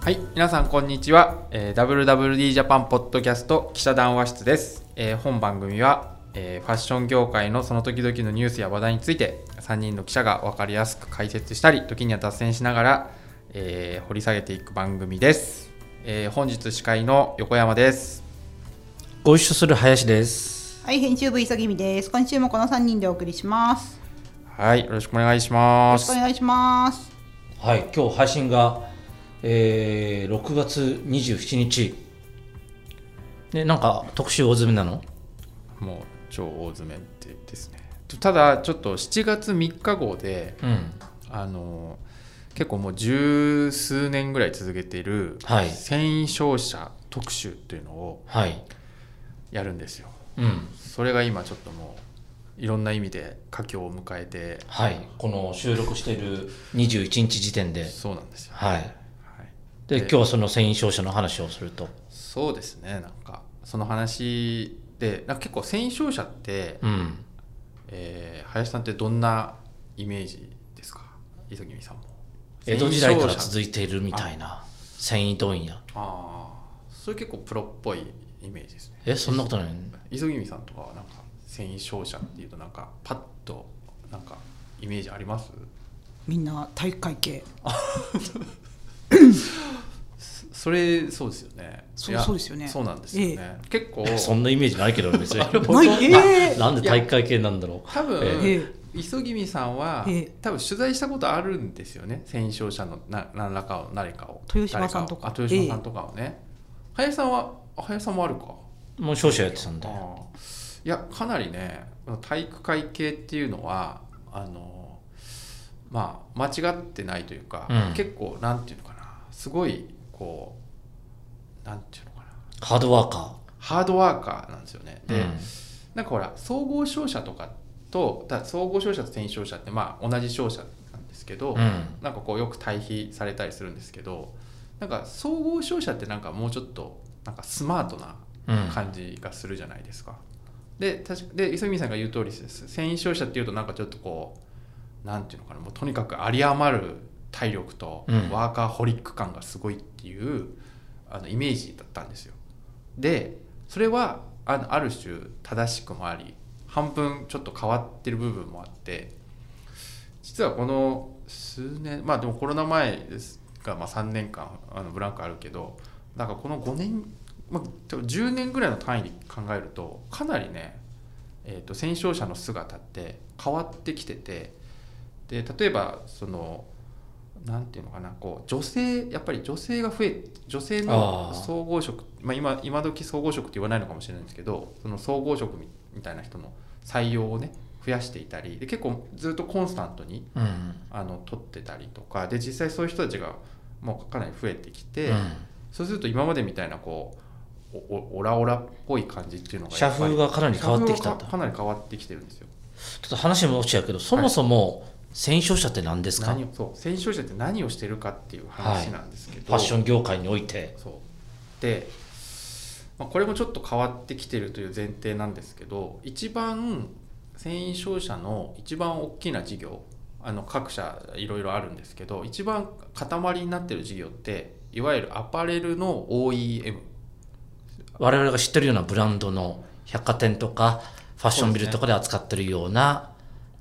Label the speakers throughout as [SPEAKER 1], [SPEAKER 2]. [SPEAKER 1] はい、皆さんこんにちは、えー WWD ジャパンポッドキャスト記者談話室です、えー本番組は、えーファッション業界のその時々のニュースや話題について3人の記者が分かりやすく解説したり時には脱線しながら、えー掘り下げていく番組です、えー本日司会の横山です
[SPEAKER 2] ご一緒する林です。
[SPEAKER 3] はい、編集部急ぎみです。今週もこの三人でお送りします。
[SPEAKER 1] はいよろしくお願いし
[SPEAKER 3] よ
[SPEAKER 1] ま
[SPEAKER 3] ろしく
[SPEAKER 1] す
[SPEAKER 3] お願いします。
[SPEAKER 2] はい、今日配信が、えー、6月27日。ね、なんか特集大詰めなの
[SPEAKER 1] もう超大詰めってですねただちょっと7月3日号で
[SPEAKER 2] うん。
[SPEAKER 1] あの結構もう十数年ぐらい続けている
[SPEAKER 2] はい
[SPEAKER 1] 繊維商社特集っていうのを
[SPEAKER 2] はい。
[SPEAKER 1] やるんですよ
[SPEAKER 2] うん。
[SPEAKER 1] それが今ちょっともういろんな意味で佳境を迎えて
[SPEAKER 2] はい。この収録している21日時点で。
[SPEAKER 1] そうなんですよ、
[SPEAKER 2] はい。
[SPEAKER 1] はい、
[SPEAKER 2] で、
[SPEAKER 1] え
[SPEAKER 2] 今日はその繊維商社の話をすると。
[SPEAKER 1] そうですねなんかその話でなんか結構繊維商社って、
[SPEAKER 2] うん。
[SPEAKER 1] えー林さんってどんなイメージですか磯君さんも
[SPEAKER 2] 江戸時代か
[SPEAKER 1] 繊
[SPEAKER 2] ら
[SPEAKER 1] 維商社
[SPEAKER 2] 続いているみたいな繊維問屋。
[SPEAKER 1] ああそれ結構プロっぽいイメージですね
[SPEAKER 2] え、そんなことないの
[SPEAKER 1] 磯君さんとかはなんか繊維商社っていうとなんかパッとなんかイメージあります
[SPEAKER 3] みんな体育会系。
[SPEAKER 1] それそうですよね
[SPEAKER 3] そう
[SPEAKER 1] いや
[SPEAKER 3] そうですよね
[SPEAKER 1] そうなんですよね、結構
[SPEAKER 2] えそんなイメージないけど別に。
[SPEAKER 3] ないえー
[SPEAKER 2] ななんで体育会系なんだろ
[SPEAKER 1] 多分、
[SPEAKER 2] え
[SPEAKER 3] え
[SPEAKER 1] 磯君さんは、
[SPEAKER 3] ええ
[SPEAKER 1] 多分取材したことあるんですよね繊維商社のな何らかを誰かを
[SPEAKER 3] 豊島さんとか
[SPEAKER 1] 誰をあ豊島さんとかをね、林さんはあ林さんもあるか
[SPEAKER 2] う。もう商社やってたんだよ。
[SPEAKER 1] ああいやかなりね体育会系っていうのはあのまあ間違ってないというか、
[SPEAKER 2] うん
[SPEAKER 1] 結構なんていうのかなすごいこうなんていうのかな
[SPEAKER 2] ハードワーカ
[SPEAKER 1] ハードワーカーなんですよね。
[SPEAKER 2] ー。
[SPEAKER 1] で、なんかほら総合商社とかとただ総合商社と転移商社ってまあ同じ商社なんですけど、
[SPEAKER 2] うん。うん
[SPEAKER 1] なんかこうよく対比されたりするんですけどなんか総合商社ってなんかもうちょっとなんかスマートな
[SPEAKER 2] うん
[SPEAKER 1] 感じがするじゃないですか。で確かで磯見さんが言う通りです繊維商社っていうとなんかちょっとこうなんていうのかなもうとにかく有り余る体力と
[SPEAKER 2] うん
[SPEAKER 1] ワーカーホリック感がすごいっていう、あのイメージだったんですよ。でそれはあのある種正しくもあり半分ちょっと変わってる部分もあって実はこの数年まあでもコロナ前ですが、まあ、3年間あのブランクあるけどなんかこの5年、まあ、多分10年ぐらいの単位で考えるとかなりね、えー、と戦勝者の姿って変わってきててで例えばそのなんていうのかなこう女性やっぱり女性が増え女性の
[SPEAKER 2] あー
[SPEAKER 1] 総合職まあ、今今時総合職って言わないのかもしれないんですけどその総合職みみたいな人の採用をね増やしていたりで結構ずっとコンスタントに
[SPEAKER 2] うん。
[SPEAKER 1] あの取ってたりとかで実際そういう人たちがもうかなり増えてきて、
[SPEAKER 2] うん
[SPEAKER 1] そうすると今までみたいなこうおおオラオラっぽい感じっていうのが
[SPEAKER 2] 社
[SPEAKER 1] やっぱり
[SPEAKER 2] 風がかなり変わってきたん
[SPEAKER 1] 社風
[SPEAKER 2] だ
[SPEAKER 1] がかかなり変わってきてるんですよ。
[SPEAKER 2] ちょっと話戻っちゃうけどそもそも戦勝者って何ですか、
[SPEAKER 1] 何をそう戦勝者って何をしてるかっていう話なんですけど、
[SPEAKER 2] ファッション業界において
[SPEAKER 1] そうで、まあ、これもちょっと変わってきてるという前提なんですけど一番繊維商社の一番大きな事業あの各社いろいろあるんですけど一番塊になってる事業っていわゆるアパレルの OEM
[SPEAKER 2] 我々が知ってるようなブランドの百貨店とかファッションビルとかで扱ってるような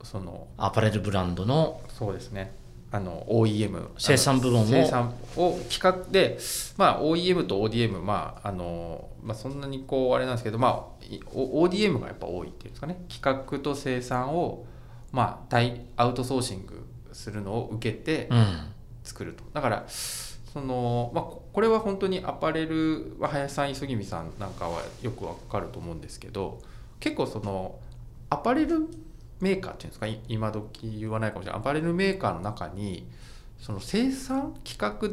[SPEAKER 1] その
[SPEAKER 2] アパレルブランドの
[SPEAKER 1] そうですねあの OEM
[SPEAKER 2] 生産部門を
[SPEAKER 1] あの生産を企画で、まあ、OEM と ODM、まああのまあ、そんなにこうあれなんですけど、まあ、い O- ODM がやっぱ多いっていうんですかね企画と生産を、まあ、大アウトソーシングするのを受けて
[SPEAKER 2] うん
[SPEAKER 1] 作ると、だからその、まあ、ここれは本当にアパレルは林さん磯君さんなんかはよくわかると思うんですけど結構そのアパレルメーカーっていうんですかい今時言わないかもしれないアパレルメーカーの中にその生産企画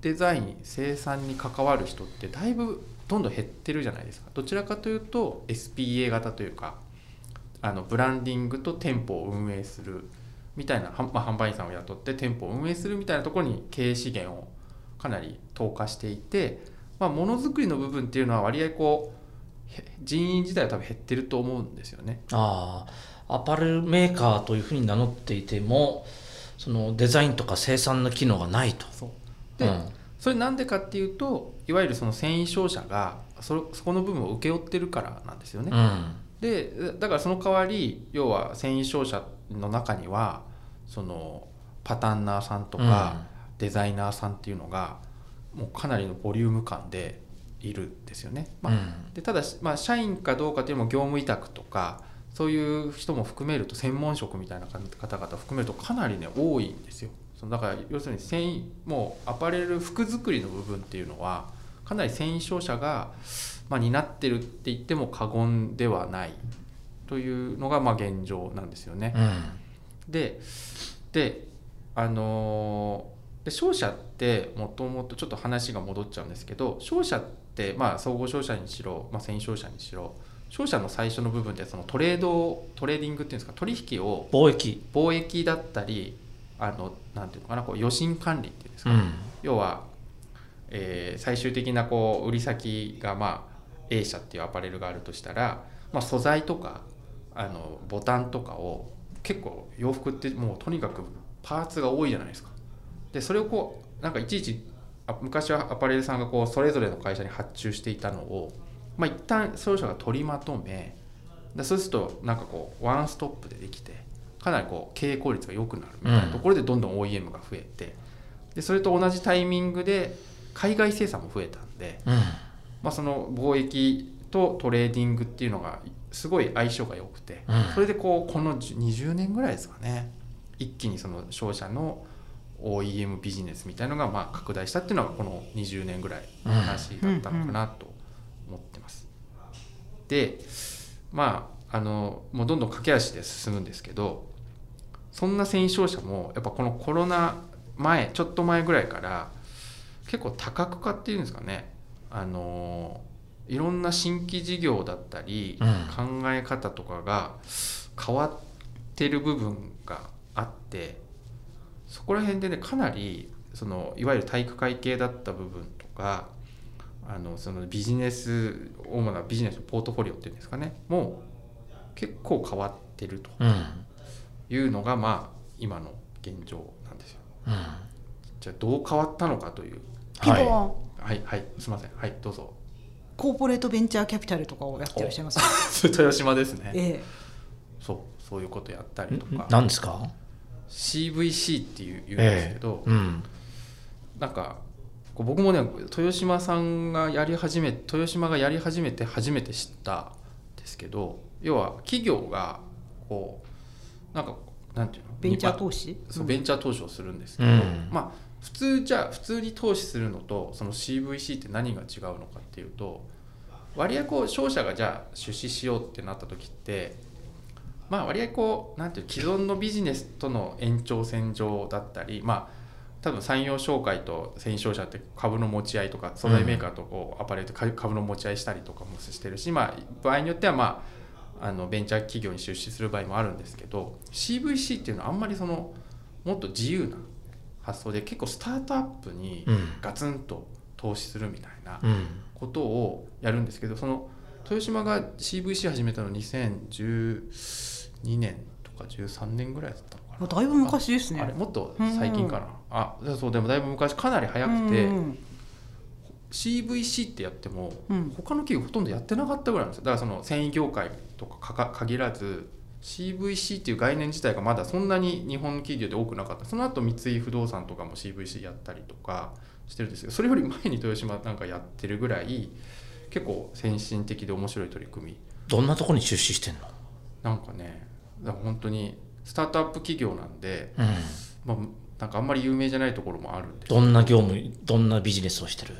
[SPEAKER 1] デザイン生産に関わる人ってだいぶどんどん減ってるじゃないですかどちらかというと SPA 型というかあのブランディングと店舗を運営するみたいな、はまあ、販売員さんを雇って店舗を運営するみたいなところに経営資源をかなり投下していてまあものづくりの部分っていうのは割合こうへ人員自体は多分減ってると思うんですよね。
[SPEAKER 2] ああアパレルメーカーというふうに名乗っていてもそのデザインとか生産の機能がないと
[SPEAKER 1] そうで、
[SPEAKER 2] うん
[SPEAKER 1] それなんでかっていうといわゆるその繊維商社がそそこの部分を請け負ってるからなんですよね。
[SPEAKER 2] うん
[SPEAKER 1] でだからその代わり要は繊維商社の中にはそのパタンナーさんとかデザイナーさんっていうのがもうかなりのボリューム感でいるんですよね。まあ
[SPEAKER 2] うん
[SPEAKER 1] でただし、まあ、社員かどうかというよりも業務委託とかそういう人も含めると専門職みたいな方々含めるとかなりね多いんですよそのだから要するに繊維もうアパレル服作りの部分っていうのはかなり繊維商社が、まあ、担ってるって言っても過言ではないというのがまあ現状なんですよね。
[SPEAKER 2] うん
[SPEAKER 1] でであのーで商社ってもともとちょっと話が戻っちゃうんですけど商社ってまあ総合商社にしろ、まあ、繊維商社にしろ商社の最初の部分でそのトレードをトレーディングっていうんですか取引を
[SPEAKER 2] 貿易
[SPEAKER 1] 貿易だったりあのなんていうのかなこう余震管理っていうんですか、
[SPEAKER 2] うん
[SPEAKER 1] 要は、えー最終的なこう売り先が、まあ、A 社っていうアパレルがあるとしたら、まあ、素材とかあのボタンとかを結構洋服ってもうとにかくパーツが多いじゃないですか。でそれをこうなんかいちいちあ昔はアパレルさんがこうそれぞれの会社に発注していたのを、まあ、一旦商社が取りまとめでそうするとなんかこうワンストップでできてかなりこう経営効率が良くなるみたいなところでどんどん OEM が増えて、でそれと同じタイミングで海外生産も増えたんで、
[SPEAKER 2] うん
[SPEAKER 1] まあ、その貿易とトレーディングっていうのがすごい相性が良くて、
[SPEAKER 2] うん
[SPEAKER 1] それでこうこの10 20年ぐらいですかね一気にその商社の OEM ビジネスみたいのがまあ拡大したっていうのがこの20年ぐらいの話だったのかなと思ってます。でまああのもうどんどん駆け足で進むんですけどそんな繊維商社もやっぱこのコロナ前ちょっと前ぐらいから結構多角化っていうんですかねあのいろんな新規事業だったり、
[SPEAKER 2] うん
[SPEAKER 1] 考え方とかが変わってる部分があってそこら辺でねかなりそのいわゆる体育会系だった部分とかあのそのビジネス主なビジネスのポートフォリオっていうんですかねもう結構変わってると
[SPEAKER 2] うん
[SPEAKER 1] いうのがまあ今の現状なんですよ。
[SPEAKER 2] うん
[SPEAKER 1] じゃあどう変わったのかという
[SPEAKER 3] ピボ
[SPEAKER 2] はい
[SPEAKER 3] は
[SPEAKER 1] はいはいすいませんはいどうぞ
[SPEAKER 3] コーポレートベンチャーキャピタルとかをやってらっしゃいますよね。
[SPEAKER 1] 豊島ですね
[SPEAKER 3] え
[SPEAKER 1] そうそういうことやったりとか
[SPEAKER 2] 何ですか
[SPEAKER 1] CVC っていう言うんです
[SPEAKER 2] え
[SPEAKER 1] け
[SPEAKER 2] え
[SPEAKER 1] ど、
[SPEAKER 2] うん
[SPEAKER 1] なんかこう僕もね豊島さんがやり始め豊島がやり始めて初めて知ったんですけど要は企業がこうなんかなんていうの
[SPEAKER 3] え、ベンチャー
[SPEAKER 1] 資
[SPEAKER 3] 投資。
[SPEAKER 1] そう
[SPEAKER 3] うん
[SPEAKER 1] ベンチャー投資をするんですけど、
[SPEAKER 2] うん
[SPEAKER 1] まあ普通じゃあ普通に投資するのとその CVC って何が違うのかっていうと割合こう商社がじゃあ出資しようってなった時ってまあ割合こうなんていう既存のビジネスとの延長線上だったりまあ多分産業商会と繊維商社って株の持ち合いとか素材メーカーとこうアパレルとか株の持ち合いしたりとかもしてるし、まあ、場合によっては、まあ、あのベンチャー企業に出資する場合もあるんですけど CVC っていうのはあんまりそのもっと自由な発想で結構スタートアップに
[SPEAKER 2] うん
[SPEAKER 1] ガツンと投資するみたいな
[SPEAKER 2] うん
[SPEAKER 1] ことをやるんですけどその豊島が CVC 始めたの2012年とか13年ぐらいだったのかな
[SPEAKER 3] もうだいぶ昔です
[SPEAKER 1] あれ
[SPEAKER 3] ね。
[SPEAKER 1] もっと最近かな、あそうでもだいぶ昔かなり早くて、
[SPEAKER 3] うんうん
[SPEAKER 1] CVC ってやっても、
[SPEAKER 3] うん
[SPEAKER 1] 他の企業ほとんどやってなかったぐらいなんですよだからその繊維業界とかかか限らず CVC っていう概念自体がまだそんなに日本企業で多くなかったその後三井不動産とかも CVC やったりとかしてるんですけどそれより前に豊島なんかやってるぐらい結構先進的で面白い取り組み
[SPEAKER 2] どんなとこに出資してんの
[SPEAKER 1] なんかねだから本当にスタートアップ企業なんで、
[SPEAKER 2] うん
[SPEAKER 1] まあ、なんかあんまり有名じゃないところもあるんで
[SPEAKER 2] どんな業務どんなビジネスをしてる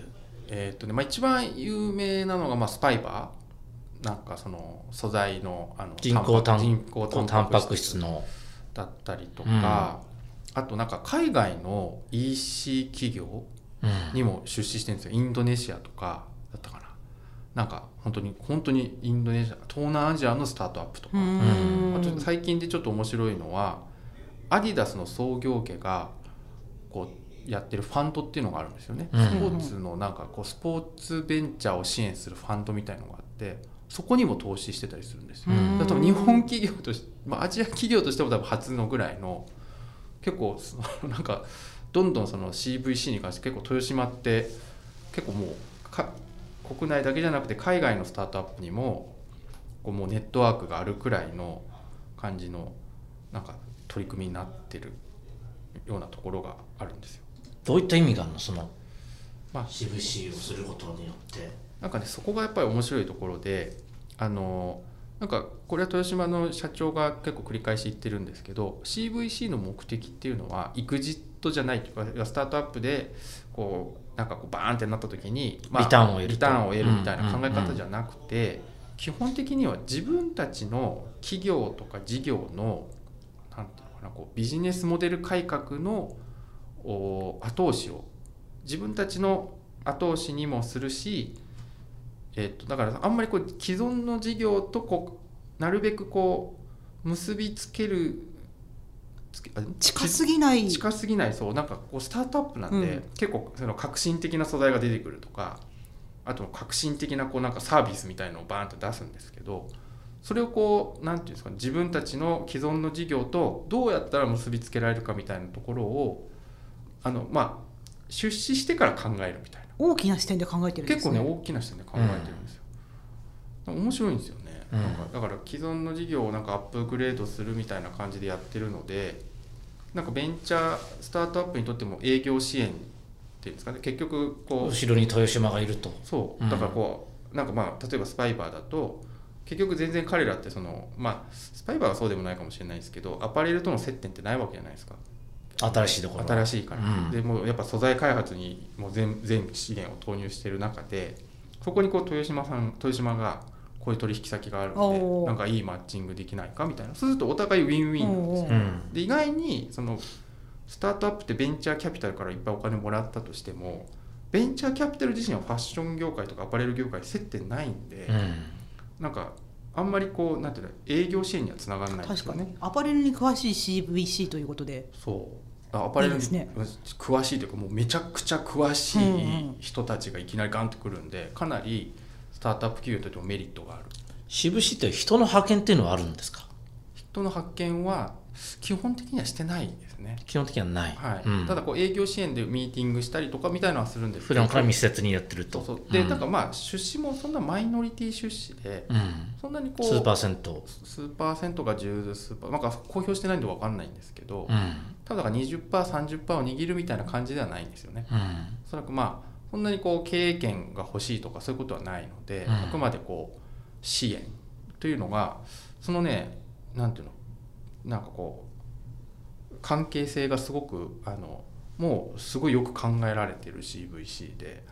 [SPEAKER 1] えーっとねまあ、一番有名なのが、まあ、スパイバーなんかその素材のあの
[SPEAKER 2] 人工
[SPEAKER 1] タン
[SPEAKER 2] タン
[SPEAKER 1] パ人工
[SPEAKER 2] こう
[SPEAKER 1] タ
[SPEAKER 2] タ
[SPEAKER 1] ンパ
[SPEAKER 2] ンパ
[SPEAKER 1] ク
[SPEAKER 2] ク
[SPEAKER 1] 質
[SPEAKER 2] 質の
[SPEAKER 1] だったりとか、あとなんか海外の EC 企業
[SPEAKER 2] うん
[SPEAKER 1] にも出資してるんですよインドネシアとかだったかななんか本当に本当にインドネシア東南アジアのスタートアップとか、
[SPEAKER 3] うん
[SPEAKER 1] あと最近でちょっと面白いのはアディダスの創業家がこうやってるファンドっていうのがあるんですよね、
[SPEAKER 2] うん
[SPEAKER 1] スポーツのなんかこうスポーツベンチャーを支援するファンドみたいのがあってそこにも投資してたりするんですよ、
[SPEAKER 2] うん
[SPEAKER 1] だから多分日本企業として、まあ、アジア企業としても多分初のぐらいの結構その なんかどんどんその CVC に関して結構豊島って結構もうか国内だけじゃなくて海外のスタートアップにもこうもうネットワークがあるくらいの感じのなんか取り組みになってるようなところがあるんですよ。
[SPEAKER 2] どういった意味があるのその
[SPEAKER 1] まあ
[SPEAKER 2] CVC をすることによって
[SPEAKER 1] なんかねそこがやっぱり面白いところであのなんかこれは豊島の社長が結構繰り返し言ってるんですけど CVC の目的っていうのはエグジットじゃないというかスタートアップでこうなんかこうバーンってなった時に、
[SPEAKER 2] リターンを得ると
[SPEAKER 1] リターンを得るみたいな考え方じゃなくて、基本的には自分たちの企業とか事業のなんていうのかなこうビジネスモデル改革のお後押しを自分たちの後押しにもするし、えっとだからあんまりこう既存の事業とこうなるべくこう結びつけるつけあ
[SPEAKER 3] 近すぎない
[SPEAKER 1] 近すぎないそうなんかこうスタートアップなんで、
[SPEAKER 3] うん
[SPEAKER 1] 結構その革新的な素材が出てくるとかあと革新的なこうなんかサービスみたいのをバーンと出すんですけどそれをこうなんていうんですかね自分たちの既存の事業とどうやったら結びつけられるかみたいなところをあのまあ出資してから考えるみたいな
[SPEAKER 3] 大きな視点で考えてるんで
[SPEAKER 1] 結
[SPEAKER 3] す
[SPEAKER 1] 構ね
[SPEAKER 3] ね
[SPEAKER 1] 大きな視点で考えてるんですよ、面白いんですよね、
[SPEAKER 2] うん
[SPEAKER 1] なんかだから既存の事業をなんかアップグレードするみたいな感じでやってるのでなんかベンチャースタートアップにとっても営業支援っていうんですかね結局こう
[SPEAKER 2] 後ろに豊島がいると
[SPEAKER 1] そううんだからこう、なんかまあ例えばスパイバーだと結局全然彼らってそのまあスパイバーはそうでもないかもしれないですけどアパレルとの接点ってないわけじゃないですか
[SPEAKER 2] 新しいところ
[SPEAKER 1] 新しいから、
[SPEAKER 2] うん
[SPEAKER 1] でもうやっぱ素材開発にもう全全資源を投入してる中でそこにこう豊島さん豊島がこういう取引先があるの
[SPEAKER 3] おー
[SPEAKER 1] でなんかいいマッチングできないかみたいなそうするとお互いウィンウィンなんですよ
[SPEAKER 2] う
[SPEAKER 3] うん
[SPEAKER 1] で意外にそのスタートアップってベンチャーキャピタルからいっぱいお金もらったとしてもベンチャーキャピタル自身はファッション業界とかアパレル業界に接点ないんで、
[SPEAKER 2] うん
[SPEAKER 1] なんかあんまりこうなんていうの営業支援にはつながらないんです
[SPEAKER 3] 確
[SPEAKER 1] よね
[SPEAKER 3] かにアパレルに詳しい CVC ということで
[SPEAKER 1] そうアパレル
[SPEAKER 3] い
[SPEAKER 1] に
[SPEAKER 3] いですね
[SPEAKER 1] 詳しいというかもうめちゃくちゃ詳し
[SPEAKER 3] うんうん
[SPEAKER 1] い人たちがいきなりガンとくるんでかなりスタートアップ企業にとってもメリットがある
[SPEAKER 2] 渋市って人の派遣っていうのはあるんですか
[SPEAKER 1] 人の発見は基本的にはしてないですね、
[SPEAKER 2] 基本的にはない、
[SPEAKER 1] はい
[SPEAKER 2] うん
[SPEAKER 1] ただこう営業支援でミーティングしたりとかみたいなのはするんです
[SPEAKER 2] 普
[SPEAKER 1] けど
[SPEAKER 2] 段から密接にやってる
[SPEAKER 1] そ
[SPEAKER 2] と
[SPEAKER 1] うそうで
[SPEAKER 2] ん
[SPEAKER 1] なんかまあ出資もそんなマイノリティ出資で
[SPEAKER 2] うん
[SPEAKER 1] そんなにこう
[SPEAKER 2] 数パーセント
[SPEAKER 1] 数パーセントが10数パーなんか公表してないんで分かんないんですけど、
[SPEAKER 2] うん
[SPEAKER 1] ただだから 20%30% を握るみたいな感じではないんですよね
[SPEAKER 2] うん
[SPEAKER 1] おそらくまあそんなにこう経営権が欲しいとかそういうことはないので、
[SPEAKER 2] うん
[SPEAKER 1] あくまでこう支援というのがそのねなんていうのなんかこう関係性がすごくあのもうすごいよく考えられてる CVC で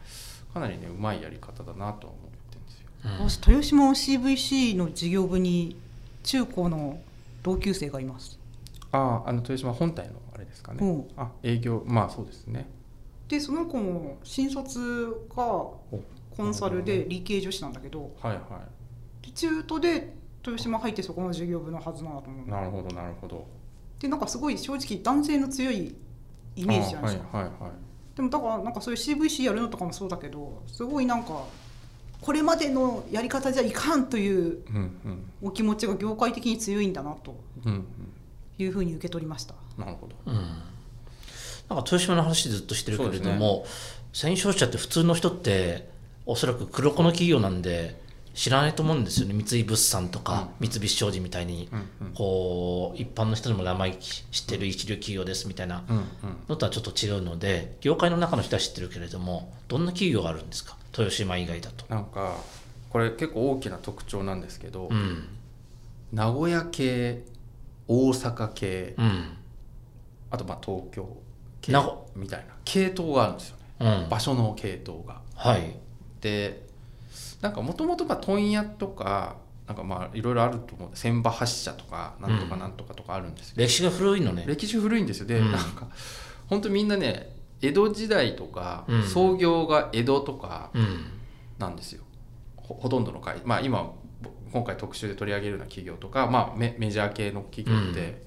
[SPEAKER 1] かなりねうまいやり方だなとは思ってるんですよ。
[SPEAKER 2] うん
[SPEAKER 3] 私豊島 CVC の事業部に中高の同級生がいます
[SPEAKER 1] あああの豊島本体のあれですかね。
[SPEAKER 3] うん
[SPEAKER 1] あ営業まあそうですね。
[SPEAKER 3] でその子も新卒がコンサルで理系女子なんだけど
[SPEAKER 1] はいは
[SPEAKER 3] で中途で豊島入ってそこの事業部のはずなんだと思う
[SPEAKER 1] い。なるほどなるほど。
[SPEAKER 3] でなんかすごい正直男性の強いイメージじゃないですか、
[SPEAKER 1] ああはいはいはい。
[SPEAKER 3] でもだからなんかそういう CVC やるのとかもそうだけどすごいなんかこれまでのやり方じゃいかんという
[SPEAKER 1] うんうん
[SPEAKER 3] お気持ちが業界的に強いんだなと
[SPEAKER 1] うんうん。
[SPEAKER 3] いうふうに受け取りました
[SPEAKER 1] なるほど。
[SPEAKER 2] うんなんか豊島の話ずっとしてるけれども、戦勝者って普通の人っておそらく黒子の企業なんで知らないと思うんですよね三井物産とか三菱商事みたいに
[SPEAKER 1] うんうん。
[SPEAKER 2] こう一般の人でも名前知ってる一流企業ですみたいな
[SPEAKER 1] うんうん、
[SPEAKER 2] のとはちょっと違うので業界の中の人は知ってるけれどもどんな企業があるんですか豊島以外だと。
[SPEAKER 1] なんかこれ結構大きな特徴なんですけど、
[SPEAKER 2] うん
[SPEAKER 1] 名古屋系大阪系
[SPEAKER 2] うん
[SPEAKER 1] あとまあ東京系
[SPEAKER 2] 名古
[SPEAKER 1] みたいな系統があるんですよね
[SPEAKER 2] うん、
[SPEAKER 1] 場所の系統が。
[SPEAKER 2] はい、
[SPEAKER 1] でなんかもともと問屋とかなんかまあいろいろあると思う千葉発車とかなんとかなんとかとかあるんですけど、
[SPEAKER 2] 歴史が古いのね。
[SPEAKER 1] 歴史古いんですよで、
[SPEAKER 2] うん
[SPEAKER 1] なんか本当みんなね江戸時代とか、
[SPEAKER 2] うん
[SPEAKER 1] 創業が江戸とか
[SPEAKER 2] うん
[SPEAKER 1] なんですよほほとんどの会、まあ、今ぼ今回特集で取り上げるような企業とか、まあ、メメジャー系の企業って、
[SPEAKER 2] うん
[SPEAKER 1] だか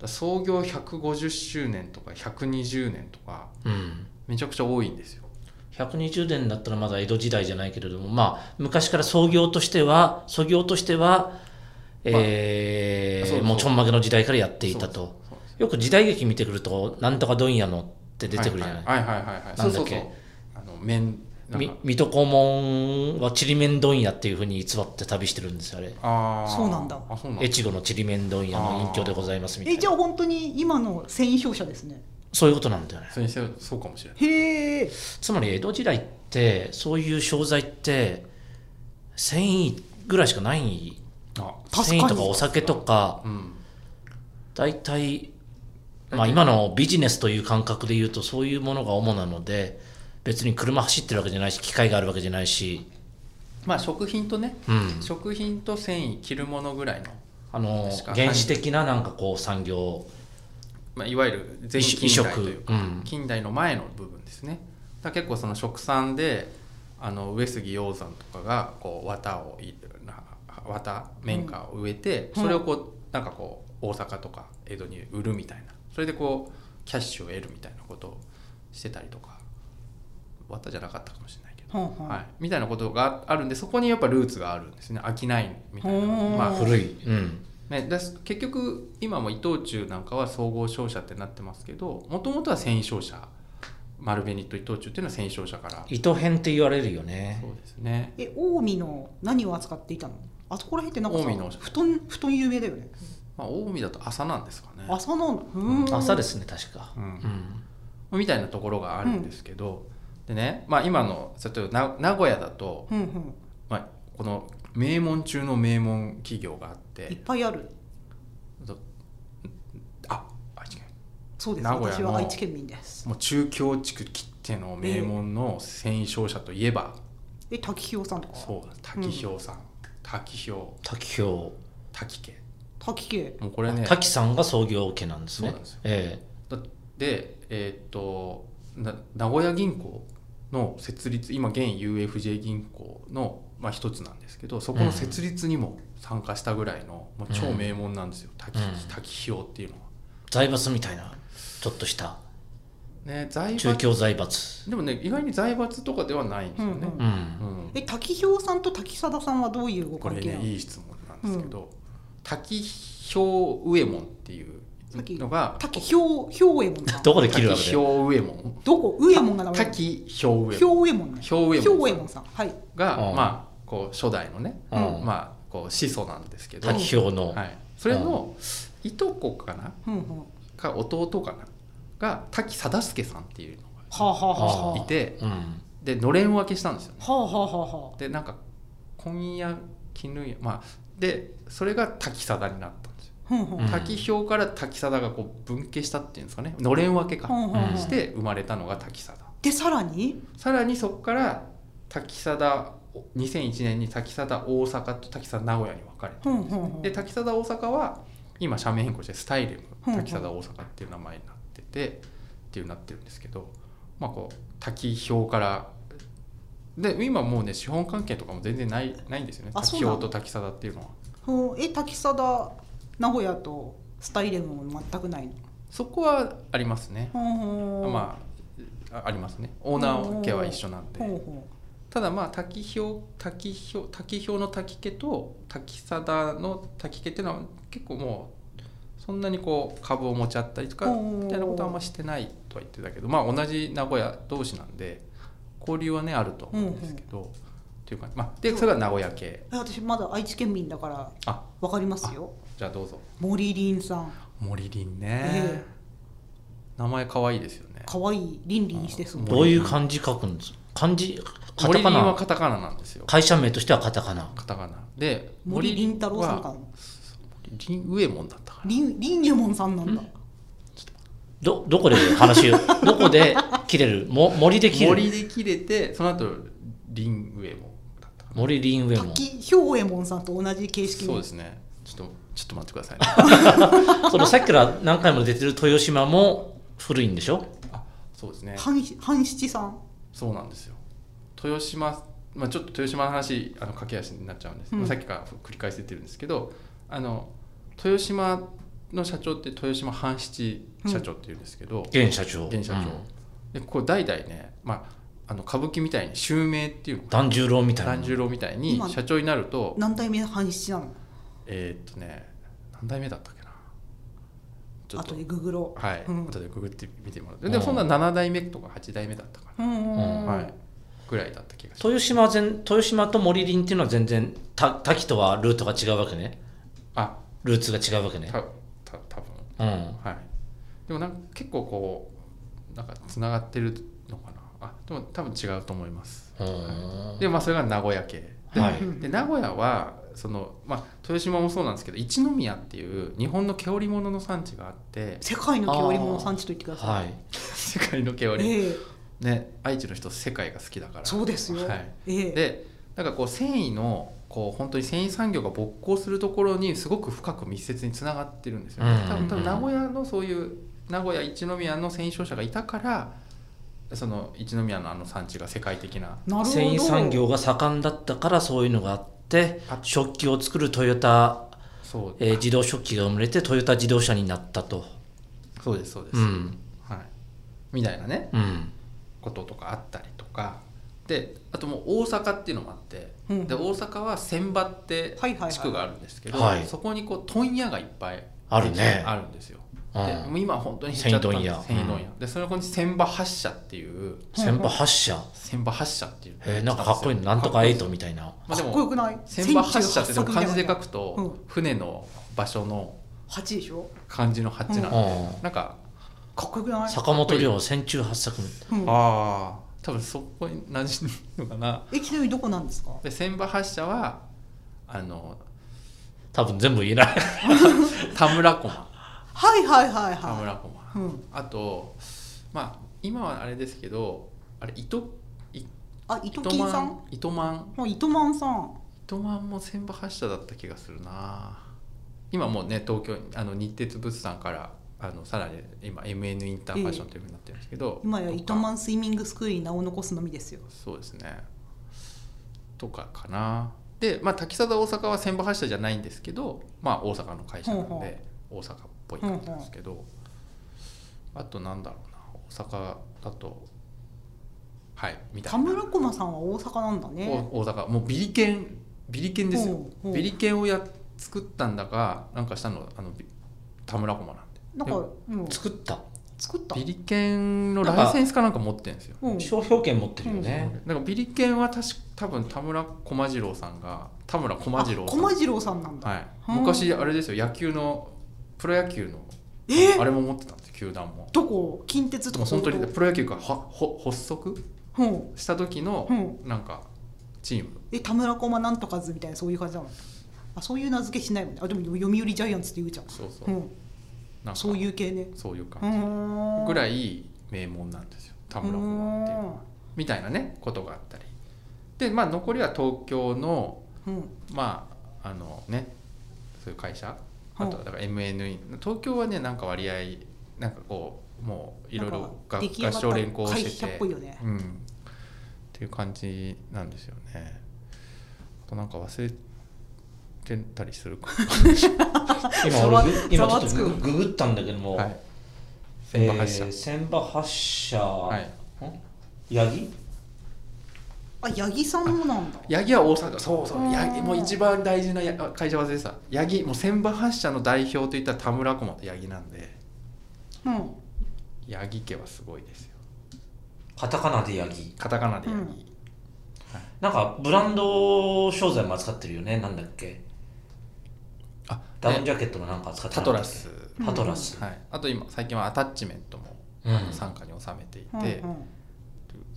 [SPEAKER 1] ら創業150周年とか120年とか
[SPEAKER 2] うん
[SPEAKER 1] めちゃくちゃ多いんですよ。
[SPEAKER 2] 120年だったらまだ江戸時代じゃないけれども、まあ、昔から創業としては、創業としては、えー
[SPEAKER 1] そうそう
[SPEAKER 2] もうちょんまげの時代からやっていた
[SPEAKER 1] そう
[SPEAKER 2] と。
[SPEAKER 1] そう
[SPEAKER 2] よく時代劇見てくると、なんとか問屋のって出てくるじゃない、
[SPEAKER 1] はいはいはいはいはい
[SPEAKER 2] な
[SPEAKER 1] そ
[SPEAKER 2] ん
[SPEAKER 1] う
[SPEAKER 2] だ
[SPEAKER 1] そうそ
[SPEAKER 2] っ
[SPEAKER 1] う
[SPEAKER 2] け
[SPEAKER 1] あの面なん
[SPEAKER 2] み
[SPEAKER 1] か
[SPEAKER 2] 水戸黄門はちりめん問屋っていうふうに偽って旅してるんですよあれ
[SPEAKER 1] あー
[SPEAKER 3] そうなんだ
[SPEAKER 1] あそうなんだ
[SPEAKER 2] 越後のちりめん問屋の隠居でございますみた
[SPEAKER 3] え
[SPEAKER 2] い
[SPEAKER 3] じゃあ
[SPEAKER 2] な
[SPEAKER 3] 本当に今の繊維商社ですね
[SPEAKER 2] そういうことなんだよね
[SPEAKER 1] 先生そうかもしれない
[SPEAKER 3] へえ
[SPEAKER 2] つまり江戸時代ってそういう商材って繊維ぐらいしかない
[SPEAKER 1] あ
[SPEAKER 3] 確か
[SPEAKER 2] 繊
[SPEAKER 3] に
[SPEAKER 2] 維とかお酒とか
[SPEAKER 1] うん
[SPEAKER 2] 大体、まあ、今のビジネスという感覚で言うとそういうものが主なので別に車走ってるわけじゃないし機械があるわけじゃないし、
[SPEAKER 1] まあ食品とね
[SPEAKER 2] うん、
[SPEAKER 1] 食品と繊維着るものぐらいの、
[SPEAKER 2] あの
[SPEAKER 1] 確か
[SPEAKER 2] 原始的ななんかこう産業
[SPEAKER 1] まあ、いわゆる全
[SPEAKER 2] 移
[SPEAKER 1] 近
[SPEAKER 2] 植
[SPEAKER 1] 代というか
[SPEAKER 2] うん
[SPEAKER 1] 近代の前の部分ですねだから結構その食産であの上杉鷹山とかがこう綿をいな綿綿花を植えて、
[SPEAKER 3] うん
[SPEAKER 1] それをこうなんかこう大阪とか江戸に売るみたいなそれでこうキャッシュを得るみたいなことをしてたりとか綿じゃなかったかもしれないけど。
[SPEAKER 3] はんはん
[SPEAKER 1] はい、みたいなことがあるんでそこにやっぱルーツがあるんですね商いみたいな、
[SPEAKER 3] うん
[SPEAKER 1] まあ、
[SPEAKER 2] 古い、うん、
[SPEAKER 1] ね、だし結局今も伊藤忠なんかは総合商社ってなってますけどもともとは繊維商社丸紅と伊藤忠っていうのは繊維商社から
[SPEAKER 2] 糸編って言われるよね
[SPEAKER 1] そうですね
[SPEAKER 3] え近江の何を扱っていたのあそこら辺ってなんかさ
[SPEAKER 1] 近江の
[SPEAKER 3] 布団布団有名だよね
[SPEAKER 1] まあ近江だと朝なんですかね、
[SPEAKER 3] 朝なんだうーん
[SPEAKER 2] 朝ですね確か、
[SPEAKER 1] う、
[SPEAKER 2] うんん、
[SPEAKER 1] みたいなところがあるんですけど、でね、まあ、今のちょっとな名古屋だと、
[SPEAKER 3] うんうん
[SPEAKER 1] まあ、この名門中の名門企業があっ
[SPEAKER 3] いってぱいある
[SPEAKER 1] ああ違う
[SPEAKER 3] そうです
[SPEAKER 1] 名古屋
[SPEAKER 3] 私
[SPEAKER 1] の
[SPEAKER 3] は愛知県民です
[SPEAKER 1] もう中京地区きっての名門の繊維商社といえば、
[SPEAKER 3] え滝ひよさんとか
[SPEAKER 1] そうだ滝兵さん、滝兵
[SPEAKER 2] 滝表
[SPEAKER 1] 滝家
[SPEAKER 3] 滝系
[SPEAKER 1] もうこれね
[SPEAKER 2] 滝さんが創業家なんですね
[SPEAKER 1] そうなんですよ
[SPEAKER 2] え
[SPEAKER 1] だでえーっとな名古屋銀行の設立今現 UFJ 銀行の、まあ、一つなんですけどそこの設立にも参加したぐらいの、もう超名門なんですよ、滝
[SPEAKER 2] うん
[SPEAKER 1] 滝ひよっていうのは。
[SPEAKER 2] え財閥みたいなちょっとした
[SPEAKER 1] ね財
[SPEAKER 2] 中
[SPEAKER 1] 閥
[SPEAKER 2] 京財閥
[SPEAKER 1] でもね意外に財閥とかではないんですよね。
[SPEAKER 3] うん
[SPEAKER 2] う
[SPEAKER 1] うんん
[SPEAKER 3] え滝ひよさんと滝貞さんはどういうご
[SPEAKER 1] こ
[SPEAKER 3] 関
[SPEAKER 1] れ
[SPEAKER 3] 係な
[SPEAKER 1] ね
[SPEAKER 3] の、
[SPEAKER 1] いい質問なんですけど、滝ひょう上門っていうのが
[SPEAKER 3] 滝ひょうひょうえもん さん
[SPEAKER 2] どこで切る
[SPEAKER 1] 滝
[SPEAKER 2] わけ
[SPEAKER 1] ひ
[SPEAKER 2] で
[SPEAKER 1] ょう上門
[SPEAKER 3] どこ上もんが名前
[SPEAKER 1] 滝ひょう上
[SPEAKER 3] ひ
[SPEAKER 1] 門
[SPEAKER 3] ょうえもんね
[SPEAKER 1] ひょう上
[SPEAKER 3] ひょ
[SPEAKER 1] 門
[SPEAKER 3] う
[SPEAKER 1] さ
[SPEAKER 3] え
[SPEAKER 1] ん
[SPEAKER 3] もんさんはい
[SPEAKER 1] が、
[SPEAKER 2] うん
[SPEAKER 1] まあこう初代のね、
[SPEAKER 2] うん
[SPEAKER 1] まあこう始祖なんですけど、
[SPEAKER 2] 滝表の、
[SPEAKER 1] はい、それのいとこかな
[SPEAKER 3] うんうんは
[SPEAKER 1] か弟かなが滝貞介さんっていう
[SPEAKER 3] あ、はあはあ
[SPEAKER 1] の
[SPEAKER 3] は
[SPEAKER 1] がいて
[SPEAKER 2] うん、
[SPEAKER 1] でのれん分けしたんですよね
[SPEAKER 3] あはあはあはあは
[SPEAKER 1] でなんか今夜絹屋まあでそれが滝貞になったんですよ、
[SPEAKER 3] あうんう
[SPEAKER 2] う
[SPEAKER 3] ん
[SPEAKER 2] ん
[SPEAKER 1] 滝表から滝貞がこう分家したっていうんですかねのれん分けか、
[SPEAKER 3] うんうんうん
[SPEAKER 1] して生まれたのが滝貞
[SPEAKER 3] でさらに
[SPEAKER 1] さらにそこから滝貞2001年に滝貞大阪と滝貞名古屋に分かれて
[SPEAKER 3] うんうんうん
[SPEAKER 1] で滝貞大阪は今社名変更してスタイレム
[SPEAKER 3] うんうん
[SPEAKER 1] 滝貞大阪っていう名前になっててっていうなってるんですけどまあこう滝表からで今もうね資本関係とかも全然ないないんですよね
[SPEAKER 3] あそう
[SPEAKER 1] 滝
[SPEAKER 3] なの
[SPEAKER 1] 表と滝貞っていうのは
[SPEAKER 3] ほうえ滝貞名古屋とスタイレムも全くないの
[SPEAKER 1] そこはありますね
[SPEAKER 3] ほうほう
[SPEAKER 1] まああありますねオーナー家は一緒なん
[SPEAKER 3] ほ
[SPEAKER 1] で
[SPEAKER 3] うほ
[SPEAKER 1] ただまあ滝表滝表滝表の滝家と滝貞の滝家っていうのは結構もうそんなにこう株を持ち合ったりとか
[SPEAKER 3] うん
[SPEAKER 1] みたいなことはあんましてないとは言ってたけどまあ同じ名古屋同士なんで交流はねあると思うんですけどっていうかまあでそれが名古屋系
[SPEAKER 3] うえ私まだ愛知県民だから
[SPEAKER 1] あ
[SPEAKER 3] わかりますよ
[SPEAKER 1] じゃあどうぞ
[SPEAKER 3] 森林さん
[SPEAKER 1] 森林
[SPEAKER 3] え
[SPEAKER 1] ね名前可愛いですよね
[SPEAKER 3] 可愛いりんりんしてそう
[SPEAKER 1] あ
[SPEAKER 2] どういう漢字書くんですか漢字カ
[SPEAKER 1] 森
[SPEAKER 2] タカ
[SPEAKER 1] 林は
[SPEAKER 2] ナ
[SPEAKER 1] カタカナなんですよ
[SPEAKER 2] 会社名としてはカタカナ
[SPEAKER 1] カタカナで
[SPEAKER 3] 森林太郎さんか
[SPEAKER 1] は
[SPEAKER 3] な
[SPEAKER 1] 林上門だったかな
[SPEAKER 3] りんりんえもんさんなんだ
[SPEAKER 2] どどこで 話をどこで切れるも森で切れる
[SPEAKER 1] 森で切れてその後林上門だったかな
[SPEAKER 2] 森林上も
[SPEAKER 3] 滝兵衛門さんと同じ形式
[SPEAKER 1] そう
[SPEAKER 3] の
[SPEAKER 1] ですねちょっとちょっと待ってくださいね
[SPEAKER 2] そのさっきから何回も出てる豊島も古いんでしょ
[SPEAKER 1] あ そうですね
[SPEAKER 3] 半半七さん
[SPEAKER 1] そうなんですよ豊島、まあ、ちょっと豊島の話あの駆け足になっちゃうんですけど、
[SPEAKER 3] うん
[SPEAKER 1] さっきから繰り返せてるんですけどあの豊島の社長って豊島半七社長っていうんですけど、
[SPEAKER 2] 現社長
[SPEAKER 1] 現社長、
[SPEAKER 2] うん
[SPEAKER 1] でこう代々ね、まあ、あの歌舞伎みたいに襲名っていうのか
[SPEAKER 2] 團十郎みたいな
[SPEAKER 1] 團十郎みたいに
[SPEAKER 3] 今
[SPEAKER 1] 社長になると
[SPEAKER 3] 何代目半七なの
[SPEAKER 1] えーっとね何代目だったっけなちょっ
[SPEAKER 3] 後
[SPEAKER 1] と
[SPEAKER 3] でググろう
[SPEAKER 1] はい、
[SPEAKER 3] うん
[SPEAKER 1] 後でくぐってみてもらって
[SPEAKER 2] うん
[SPEAKER 1] でもそんな7代目とか8代目だったか
[SPEAKER 3] うんうんうん
[SPEAKER 1] な、はい、ぐらいだった気がします
[SPEAKER 2] 豊島は全豊島と森林っていうのは全然た滝とはルートが違うわけね
[SPEAKER 1] あ
[SPEAKER 2] ルーツが違うわけね
[SPEAKER 1] たた多分
[SPEAKER 2] うん
[SPEAKER 1] はいでもなんか結構こうなんかつながってるのかなあでも多分違うと思います
[SPEAKER 2] うん
[SPEAKER 1] でまあそれが名古屋系で,、
[SPEAKER 2] はい
[SPEAKER 3] うん
[SPEAKER 1] で名古屋はその、まあ、豊島もそうなんですけど一宮っていう日本の毛織物の産地があ って
[SPEAKER 3] 世界の毛織物産地と言ってくださ
[SPEAKER 2] はい
[SPEAKER 1] 世界の毛
[SPEAKER 3] い
[SPEAKER 1] 織、
[SPEAKER 3] ええ
[SPEAKER 1] ね愛知の人世界が好きだから
[SPEAKER 3] そうですよ
[SPEAKER 1] はい
[SPEAKER 3] ええ
[SPEAKER 1] でなんかこう繊維のこう本当に繊維産業が勃興するところにすごく深く密接につながってるんですよね、
[SPEAKER 2] うん
[SPEAKER 1] 多分多分名古屋のそういう名古屋一宮の繊維商社がいたからその一宮のあの産地が世界的な
[SPEAKER 3] なるほど
[SPEAKER 2] 繊維産業が盛んだったからそういうのがあって
[SPEAKER 1] あ
[SPEAKER 2] 食器を作るトヨタ、
[SPEAKER 1] そう、
[SPEAKER 2] えー自動食器が生まれてトヨタ自動車になったと
[SPEAKER 1] そうですそうです、
[SPEAKER 2] うん
[SPEAKER 1] はい、みたいなね
[SPEAKER 2] うん
[SPEAKER 1] こととかあったりとかであともう大阪っていうのもあって、
[SPEAKER 3] うん
[SPEAKER 1] で大阪は千葉って
[SPEAKER 3] はいはいはい
[SPEAKER 1] 地区があるんですけど、
[SPEAKER 2] はい
[SPEAKER 1] そこにこう問屋がいっぱい
[SPEAKER 2] あるね
[SPEAKER 1] あるんですよ
[SPEAKER 2] うん
[SPEAKER 1] でもう今は本当に減っちゃったんです
[SPEAKER 2] 繊維問屋
[SPEAKER 1] 繊維問屋、でその子に千葉八社っていう
[SPEAKER 2] 先場8社
[SPEAKER 1] 千葉八社っていう
[SPEAKER 2] えーなんかかっこいいのなんとか
[SPEAKER 1] エイト
[SPEAKER 2] 8みたいな
[SPEAKER 1] まあで
[SPEAKER 3] かっこよ
[SPEAKER 1] も
[SPEAKER 3] くない
[SPEAKER 1] 千葉八社ってでも漢字で書
[SPEAKER 3] 1800
[SPEAKER 1] くと、
[SPEAKER 3] うん
[SPEAKER 1] 船の場所の
[SPEAKER 3] 八でしょ
[SPEAKER 1] 漢字の八なんで、
[SPEAKER 2] う
[SPEAKER 1] なんか
[SPEAKER 3] かっこよくない
[SPEAKER 2] 坂本龍の千中八作目
[SPEAKER 3] うん
[SPEAKER 1] ああ多分そこに馴染んでるのかな
[SPEAKER 3] えちなみにどこなんですか
[SPEAKER 1] で千葉八社はあの
[SPEAKER 2] 多分全部言えない
[SPEAKER 1] 田村駒
[SPEAKER 3] はいはいはい
[SPEAKER 1] 田
[SPEAKER 3] は
[SPEAKER 1] 村駒
[SPEAKER 3] いうん
[SPEAKER 1] あとまあ今はあれですけどあれ糸
[SPEAKER 3] あ糸金さん
[SPEAKER 1] 糸満
[SPEAKER 3] あ糸満さん
[SPEAKER 1] 糸満も千葉発車だった気がするな今もうね東京にあの日鉄物産からあのさらに今 MN インターファッションというふうになってるんですけど、
[SPEAKER 3] 今や
[SPEAKER 1] とか
[SPEAKER 3] 糸満スイミングスクールに名を残すのみですよ
[SPEAKER 1] そうですねとかかなでまあ滝沢大阪は千葉発車じゃないんですけどまあ大阪の会社なん
[SPEAKER 3] ほうほ
[SPEAKER 1] で大阪っぽい感じなんですけどあとなんだろうな大阪だとはいみたい
[SPEAKER 3] 田
[SPEAKER 1] な
[SPEAKER 3] 村駒さんは大阪なんだね
[SPEAKER 1] お大阪もうビリケンビリケンですよ
[SPEAKER 3] ほうほう
[SPEAKER 1] ビリケンをやっ作ったんだかなんかしたのあのビ田村駒なんで
[SPEAKER 3] なんかうん
[SPEAKER 2] 作った
[SPEAKER 3] 作った
[SPEAKER 1] ビリケンのライセンスかなんか持ってるんですよ
[SPEAKER 3] うん
[SPEAKER 2] 商標権持ってるよね、
[SPEAKER 1] なんかビリケンは確か多分田村駒次郎さんが田村駒次郎
[SPEAKER 3] あ
[SPEAKER 1] さん
[SPEAKER 3] 駒次郎さんなんだ
[SPEAKER 1] はい、
[SPEAKER 3] うん
[SPEAKER 1] 昔あれですよ野球のプロ野球の
[SPEAKER 3] え
[SPEAKER 1] あれも持ってたんですよ球団も
[SPEAKER 3] どこ近鉄と
[SPEAKER 1] もう
[SPEAKER 3] か
[SPEAKER 1] 本当に
[SPEAKER 3] そういうと
[SPEAKER 1] プロ野球がはほ発足
[SPEAKER 3] こうん
[SPEAKER 1] した時の
[SPEAKER 3] うん
[SPEAKER 1] なんかチーム
[SPEAKER 3] え田村駒なんとかずみたいなそういう感じなのあそういう名付けしないもんねあでも読売ジャイアンツって言うじゃん
[SPEAKER 1] そうそうう、
[SPEAKER 3] ん
[SPEAKER 1] なんか
[SPEAKER 3] そういう系ね
[SPEAKER 1] そういう感じ、ぐ
[SPEAKER 3] ぐ
[SPEAKER 1] ら
[SPEAKER 3] い
[SPEAKER 1] い名門なんですよ田村駒っていうみたいなねことがあったりでまあ残りは東京の
[SPEAKER 3] うんうん
[SPEAKER 1] まああのねそういう会社
[SPEAKER 3] うん
[SPEAKER 1] あとはだから MNE 東京はねなんか割合なんかこうもういろいろが
[SPEAKER 3] なんか出来上が
[SPEAKER 1] 合
[SPEAKER 3] った
[SPEAKER 1] 唱連行してて
[SPEAKER 3] 会社っぽいよね
[SPEAKER 1] うん、っていう感じなんですよねあとなんか忘れてたりするか
[SPEAKER 2] 今
[SPEAKER 3] ざわ
[SPEAKER 2] 俺今
[SPEAKER 3] ざ
[SPEAKER 2] ちょ
[SPEAKER 3] わ
[SPEAKER 2] っ
[SPEAKER 3] つ
[SPEAKER 2] と
[SPEAKER 3] く
[SPEAKER 2] グググったんだけども、
[SPEAKER 1] も、 はい、
[SPEAKER 2] 千
[SPEAKER 1] 千
[SPEAKER 2] 葉
[SPEAKER 1] 葉
[SPEAKER 2] 発
[SPEAKER 1] 発
[SPEAKER 2] 車、
[SPEAKER 1] 車、
[SPEAKER 2] えー、千葉
[SPEAKER 1] はい
[SPEAKER 2] 発車、ん八木
[SPEAKER 3] あ八木さんもなんだ
[SPEAKER 1] 八木は大阪そうそう
[SPEAKER 3] あー
[SPEAKER 1] 八木もう一番大事なやあ会社忘れてた八木もう千葉発社の代表といったら田村駒と八木なんで
[SPEAKER 3] うん
[SPEAKER 1] 八木家はすごいですよ
[SPEAKER 2] カタカナで八木
[SPEAKER 1] カタカナで八木、
[SPEAKER 3] うん
[SPEAKER 2] なんかブランド商材も扱ってるよねなんだっけ
[SPEAKER 1] あ
[SPEAKER 2] ダウン
[SPEAKER 1] で
[SPEAKER 2] ジャケットもなんか扱って
[SPEAKER 1] タ
[SPEAKER 2] な
[SPEAKER 1] ト
[SPEAKER 2] かった
[SPEAKER 1] ラ
[SPEAKER 2] っけ
[SPEAKER 1] ス、
[SPEAKER 3] うん
[SPEAKER 2] タトラス、
[SPEAKER 1] はい、あと今最近はアタッチメントも
[SPEAKER 2] うん
[SPEAKER 1] 傘下に収めていて、
[SPEAKER 3] うんうん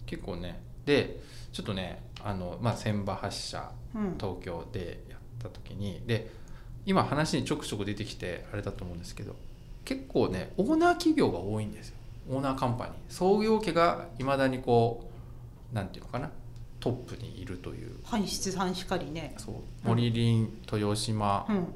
[SPEAKER 1] 結構ねでちょっとねあの、まあ、千葉発社
[SPEAKER 3] うん
[SPEAKER 1] 東京でやった時にで今話にちょくちょく出てきてあれだと思うんですけど結構ねオーナー企業が多いんですよオーナーカンパニー創業家がいまだにこうなんていうのかなトップにいるという
[SPEAKER 3] 半七三しかりね
[SPEAKER 1] そう森林豊島、
[SPEAKER 3] うん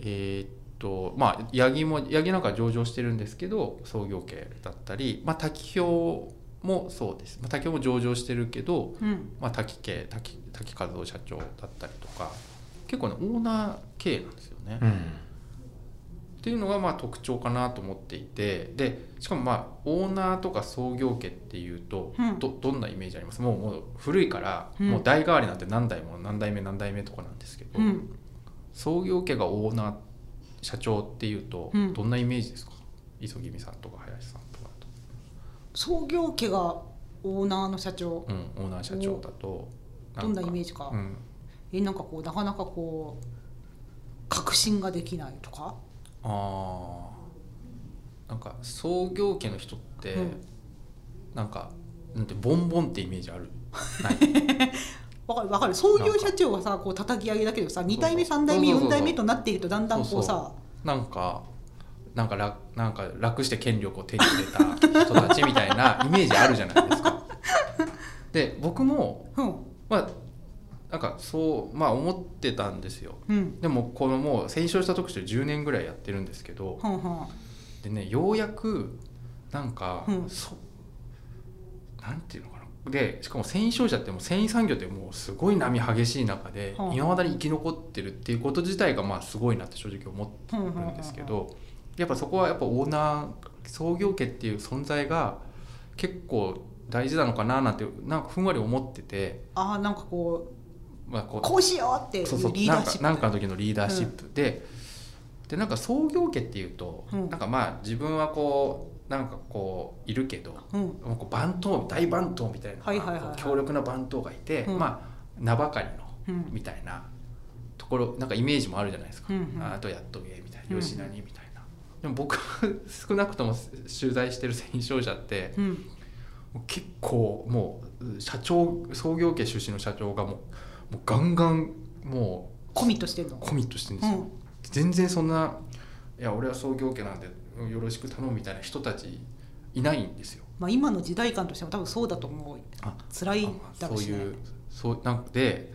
[SPEAKER 1] えーっとまあ八木も八木なんか上場してるんですけど創業系だったり、まあ、滝氷もそうです、まあ、滝氷も上場してるけど、
[SPEAKER 3] うん
[SPEAKER 1] まあ、滝系滝滝和夫社長だったりとか結構ねオーナー系なんですよね、
[SPEAKER 2] う
[SPEAKER 1] っ
[SPEAKER 2] ん
[SPEAKER 1] ていうのがまあ特徴かなと思っていてでしかもまあオーナーとか創業家っていうと、
[SPEAKER 3] うん
[SPEAKER 1] どどんなイメージありますもうもう古いから、
[SPEAKER 3] うん
[SPEAKER 1] もう代替わりなんて何代も何代目何代目とかなんですけど、
[SPEAKER 3] うん
[SPEAKER 1] 創業家がオーナーっ社長っていうと
[SPEAKER 3] うん
[SPEAKER 1] どんなイメージですか、磯君さんとか林さんとかだと、
[SPEAKER 3] 創業家がオーナーの社長
[SPEAKER 1] うん、オーナー社長だと
[SPEAKER 3] どんなイメー
[SPEAKER 1] ジ
[SPEAKER 3] ジか、
[SPEAKER 1] うん、
[SPEAKER 3] えなんかこうなかなかこう確信ができないとか
[SPEAKER 1] あーなんか創業家の人って、
[SPEAKER 3] うん
[SPEAKER 1] なんかなんてボンボンってイメージあるない
[SPEAKER 3] わかるわかる創業社長はさこう叩き上げだけどさ2代目
[SPEAKER 1] そうそう
[SPEAKER 3] 3代目
[SPEAKER 1] そうそうそう
[SPEAKER 3] 4代目となっているとだんだんこう
[SPEAKER 1] そう
[SPEAKER 3] さ
[SPEAKER 1] なんかなんか楽なんか楽して権力を手に入れた人たちみたい なイメージあるじゃないですか。で僕も
[SPEAKER 3] うん
[SPEAKER 1] まあなんかそうまあ思ってたんですよ。
[SPEAKER 3] うん
[SPEAKER 1] でもこのもう戦勝した特集10年ぐらいやってるんですけど
[SPEAKER 3] はんはん
[SPEAKER 1] でねようやくなんか、
[SPEAKER 3] うん
[SPEAKER 1] そなんていうのかなでしかも繊維商社ってもう繊維産業ってもうすごい波激しい中で
[SPEAKER 3] はあ
[SPEAKER 1] いま、だに生き残ってるっていうこと自体がまあすごいなって正直思ってるんですけど、やっぱそこはやっぱオーナー創業家っていう存在が結構大事なのかななんてなんかふんわり思ってて、
[SPEAKER 3] ああなんかこ
[SPEAKER 1] まあ、こ
[SPEAKER 3] う
[SPEAKER 1] う
[SPEAKER 3] こうしようっていう
[SPEAKER 1] そうそう
[SPEAKER 3] リー
[SPEAKER 1] なん
[SPEAKER 3] ダー
[SPEAKER 1] か
[SPEAKER 3] シップ
[SPEAKER 1] なんかの時のリーダーシップで、でなんか創業家っていうと、
[SPEAKER 3] うん
[SPEAKER 1] なんかまあ自分はこうなんかこういるけど
[SPEAKER 3] うん
[SPEAKER 1] もうこう番頭大番頭みたいな、
[SPEAKER 3] はいはいはいはい
[SPEAKER 1] こう強力な番頭がいて、
[SPEAKER 3] うん
[SPEAKER 1] まあ名ばかりの
[SPEAKER 3] うん
[SPEAKER 1] みたいなところなんかイメージもあるじゃないですか、
[SPEAKER 3] うんうん
[SPEAKER 1] ああとやっとけみたい
[SPEAKER 3] うんう
[SPEAKER 1] なん吉何みたいな、でも僕少なくとも取材してる戦勝者って
[SPEAKER 3] うん
[SPEAKER 1] もう結構もう社長創業家出身の社長がもうもうガンガンもう
[SPEAKER 3] コミットしてるの
[SPEAKER 1] コミットしてるん
[SPEAKER 3] う
[SPEAKER 1] ですよ、
[SPEAKER 3] ん
[SPEAKER 1] 全然そんないや俺は創業家なんでよろしく頼むみたいな人たちいないんですよ
[SPEAKER 3] まあ今の時代感としても多分そうだと思う
[SPEAKER 1] あ
[SPEAKER 3] 辛い
[SPEAKER 1] あ
[SPEAKER 3] だ
[SPEAKER 1] そ
[SPEAKER 3] ろ
[SPEAKER 1] う
[SPEAKER 3] うしね
[SPEAKER 1] いうそうなんで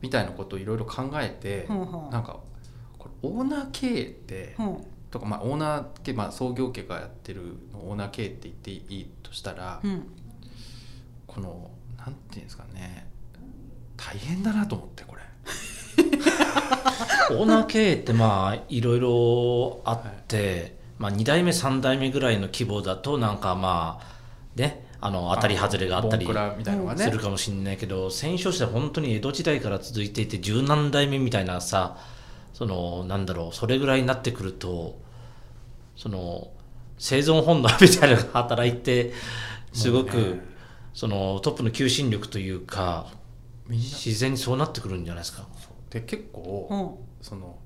[SPEAKER 1] みたいなことをいろいろ考えて、
[SPEAKER 3] うんうん
[SPEAKER 1] なんかこれオーナー経営って、
[SPEAKER 3] うん
[SPEAKER 1] とかまあオーナー系、まあ、創業家がやってるのをオーナー経営って言っていいとしたら、
[SPEAKER 3] うん
[SPEAKER 1] このなんていうんですかね大変だなと思ってこれ。
[SPEAKER 2] オーナー経営ってまあいろいろあって、まあ、2代目3代目ぐらいの規模だとなんかまあねあの当たり外れがあったり
[SPEAKER 1] ボンクラみたいなのがね、
[SPEAKER 2] するかもしれないけど戦勝者は本当に江戸時代から続いていて十何代目みたいなさそのなんだろうそれぐらいになってくるとその生存本能みたいなのが働いてすごく、
[SPEAKER 1] もうね
[SPEAKER 2] そのトップの求心力というか
[SPEAKER 1] みんな
[SPEAKER 2] 自然にそうなってくるんじゃないですか。
[SPEAKER 1] で結構、
[SPEAKER 3] うん
[SPEAKER 1] その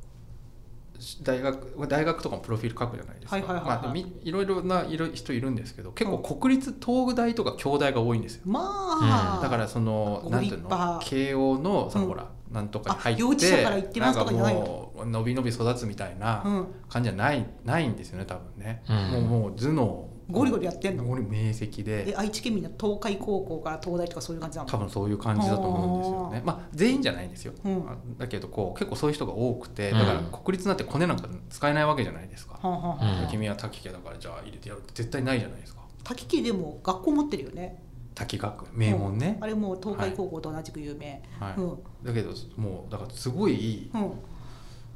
[SPEAKER 1] し大学大学とかもプロフィール書くじゃないですか、
[SPEAKER 3] はいはいはいはい
[SPEAKER 1] まあ、みいろいろないろ人いるんですけど結構国立東大とか京大が多いんですよ、
[SPEAKER 3] まあ、
[SPEAKER 1] だからその
[SPEAKER 3] ご
[SPEAKER 1] なんて
[SPEAKER 3] 立
[SPEAKER 1] いう
[SPEAKER 3] 派
[SPEAKER 1] の慶応のその、
[SPEAKER 3] うん
[SPEAKER 1] ほらなんとかに入って
[SPEAKER 3] あ幼稚舎から行ってますとかじゃないの
[SPEAKER 1] んもう伸び伸び育つみたいな
[SPEAKER 3] うん、
[SPEAKER 1] 感じじゃないないんですよね多分ね、
[SPEAKER 2] うん
[SPEAKER 1] もうもう頭脳
[SPEAKER 3] ゴリゴリやってんの
[SPEAKER 1] ゴリ明晰で
[SPEAKER 3] え愛知県民の東海高校から東大とかそういう感じなの
[SPEAKER 1] 多分そういう感じだと思うんですよね。まあ全員じゃないんですよ。
[SPEAKER 3] うん
[SPEAKER 1] あだけどこう結構そういう人が多くて、だから
[SPEAKER 2] うん
[SPEAKER 1] 国立なんてコネなんか使えないわけじゃないですか。
[SPEAKER 3] はんはんはん
[SPEAKER 2] うん
[SPEAKER 1] 君は滝家だからじゃあ入れてやるって絶対ないじゃないですか。
[SPEAKER 3] 滝木でも学校持ってるよね
[SPEAKER 1] 滝学名門ね
[SPEAKER 3] うん。あれもう東海高校と同じく有名、
[SPEAKER 1] は
[SPEAKER 3] う
[SPEAKER 1] い。
[SPEAKER 3] ん
[SPEAKER 1] だけどもうだからすごい
[SPEAKER 3] うん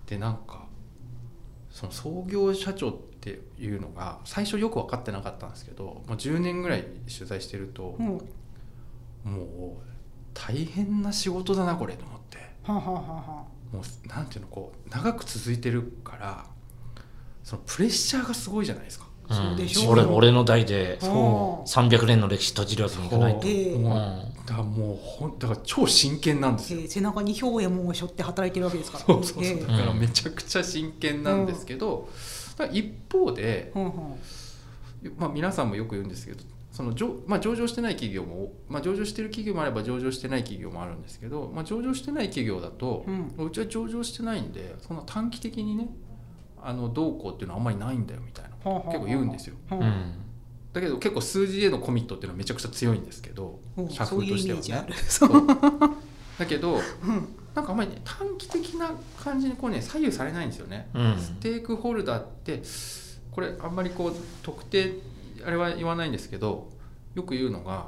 [SPEAKER 1] でなんかその創業社長っていうのが最初よく分かってなかったんですけど、もう10年ぐらい取材してると、
[SPEAKER 3] うん
[SPEAKER 1] もう大変な仕事だなこれと思って。
[SPEAKER 3] はんはんはんは
[SPEAKER 1] もうなんていうのこう長く続いてるからそのプレッシャーがすごいじゃないですか。
[SPEAKER 2] う
[SPEAKER 3] そうんでしょう
[SPEAKER 2] 俺俺の代で
[SPEAKER 1] そ
[SPEAKER 2] 300年の歴史閉じるわけにいかない
[SPEAKER 1] も
[SPEAKER 2] と
[SPEAKER 1] う、
[SPEAKER 3] ええ
[SPEAKER 1] だからもうほんだから超真剣なんです
[SPEAKER 3] ん
[SPEAKER 1] よ。
[SPEAKER 3] えー背中に兵衛門を背負って働いてるわけですから
[SPEAKER 1] そうそうそう
[SPEAKER 3] え
[SPEAKER 1] だか
[SPEAKER 3] え
[SPEAKER 1] らめちゃくちゃ真剣なんですけど、だから一方で、
[SPEAKER 3] うんうん
[SPEAKER 1] まあ、皆さんもよく言うんですけどその上,、まあ、上場してない企業も、まあ、上場してる企業もあれば上場してない企業もあるんですけど、まあ、上場してない企業だと
[SPEAKER 3] う、ん
[SPEAKER 1] うちは上場してないんでそんな短期的にねあのどうこうっていうのはあんまりないんだよみたいな
[SPEAKER 3] はんはんはんはん
[SPEAKER 1] 結構言うんですよ。
[SPEAKER 3] うん
[SPEAKER 2] うん
[SPEAKER 1] だけど結構数字へのコミットっていうのはめちゃくちゃ強いんですけど、
[SPEAKER 3] うん
[SPEAKER 1] 社
[SPEAKER 3] そう
[SPEAKER 1] 風
[SPEAKER 3] い
[SPEAKER 1] と
[SPEAKER 3] う
[SPEAKER 1] し
[SPEAKER 3] イ
[SPEAKER 1] て
[SPEAKER 3] メ
[SPEAKER 1] は
[SPEAKER 3] ージあ
[SPEAKER 1] ね
[SPEAKER 3] る。そう
[SPEAKER 1] だけど
[SPEAKER 3] うん
[SPEAKER 1] なんかあんまりね短期的な感じにこうね左右されないんですよね。
[SPEAKER 2] うん
[SPEAKER 1] ステークホルダーってこれあんまりこう特定あれは言わないんですけどよく言うのが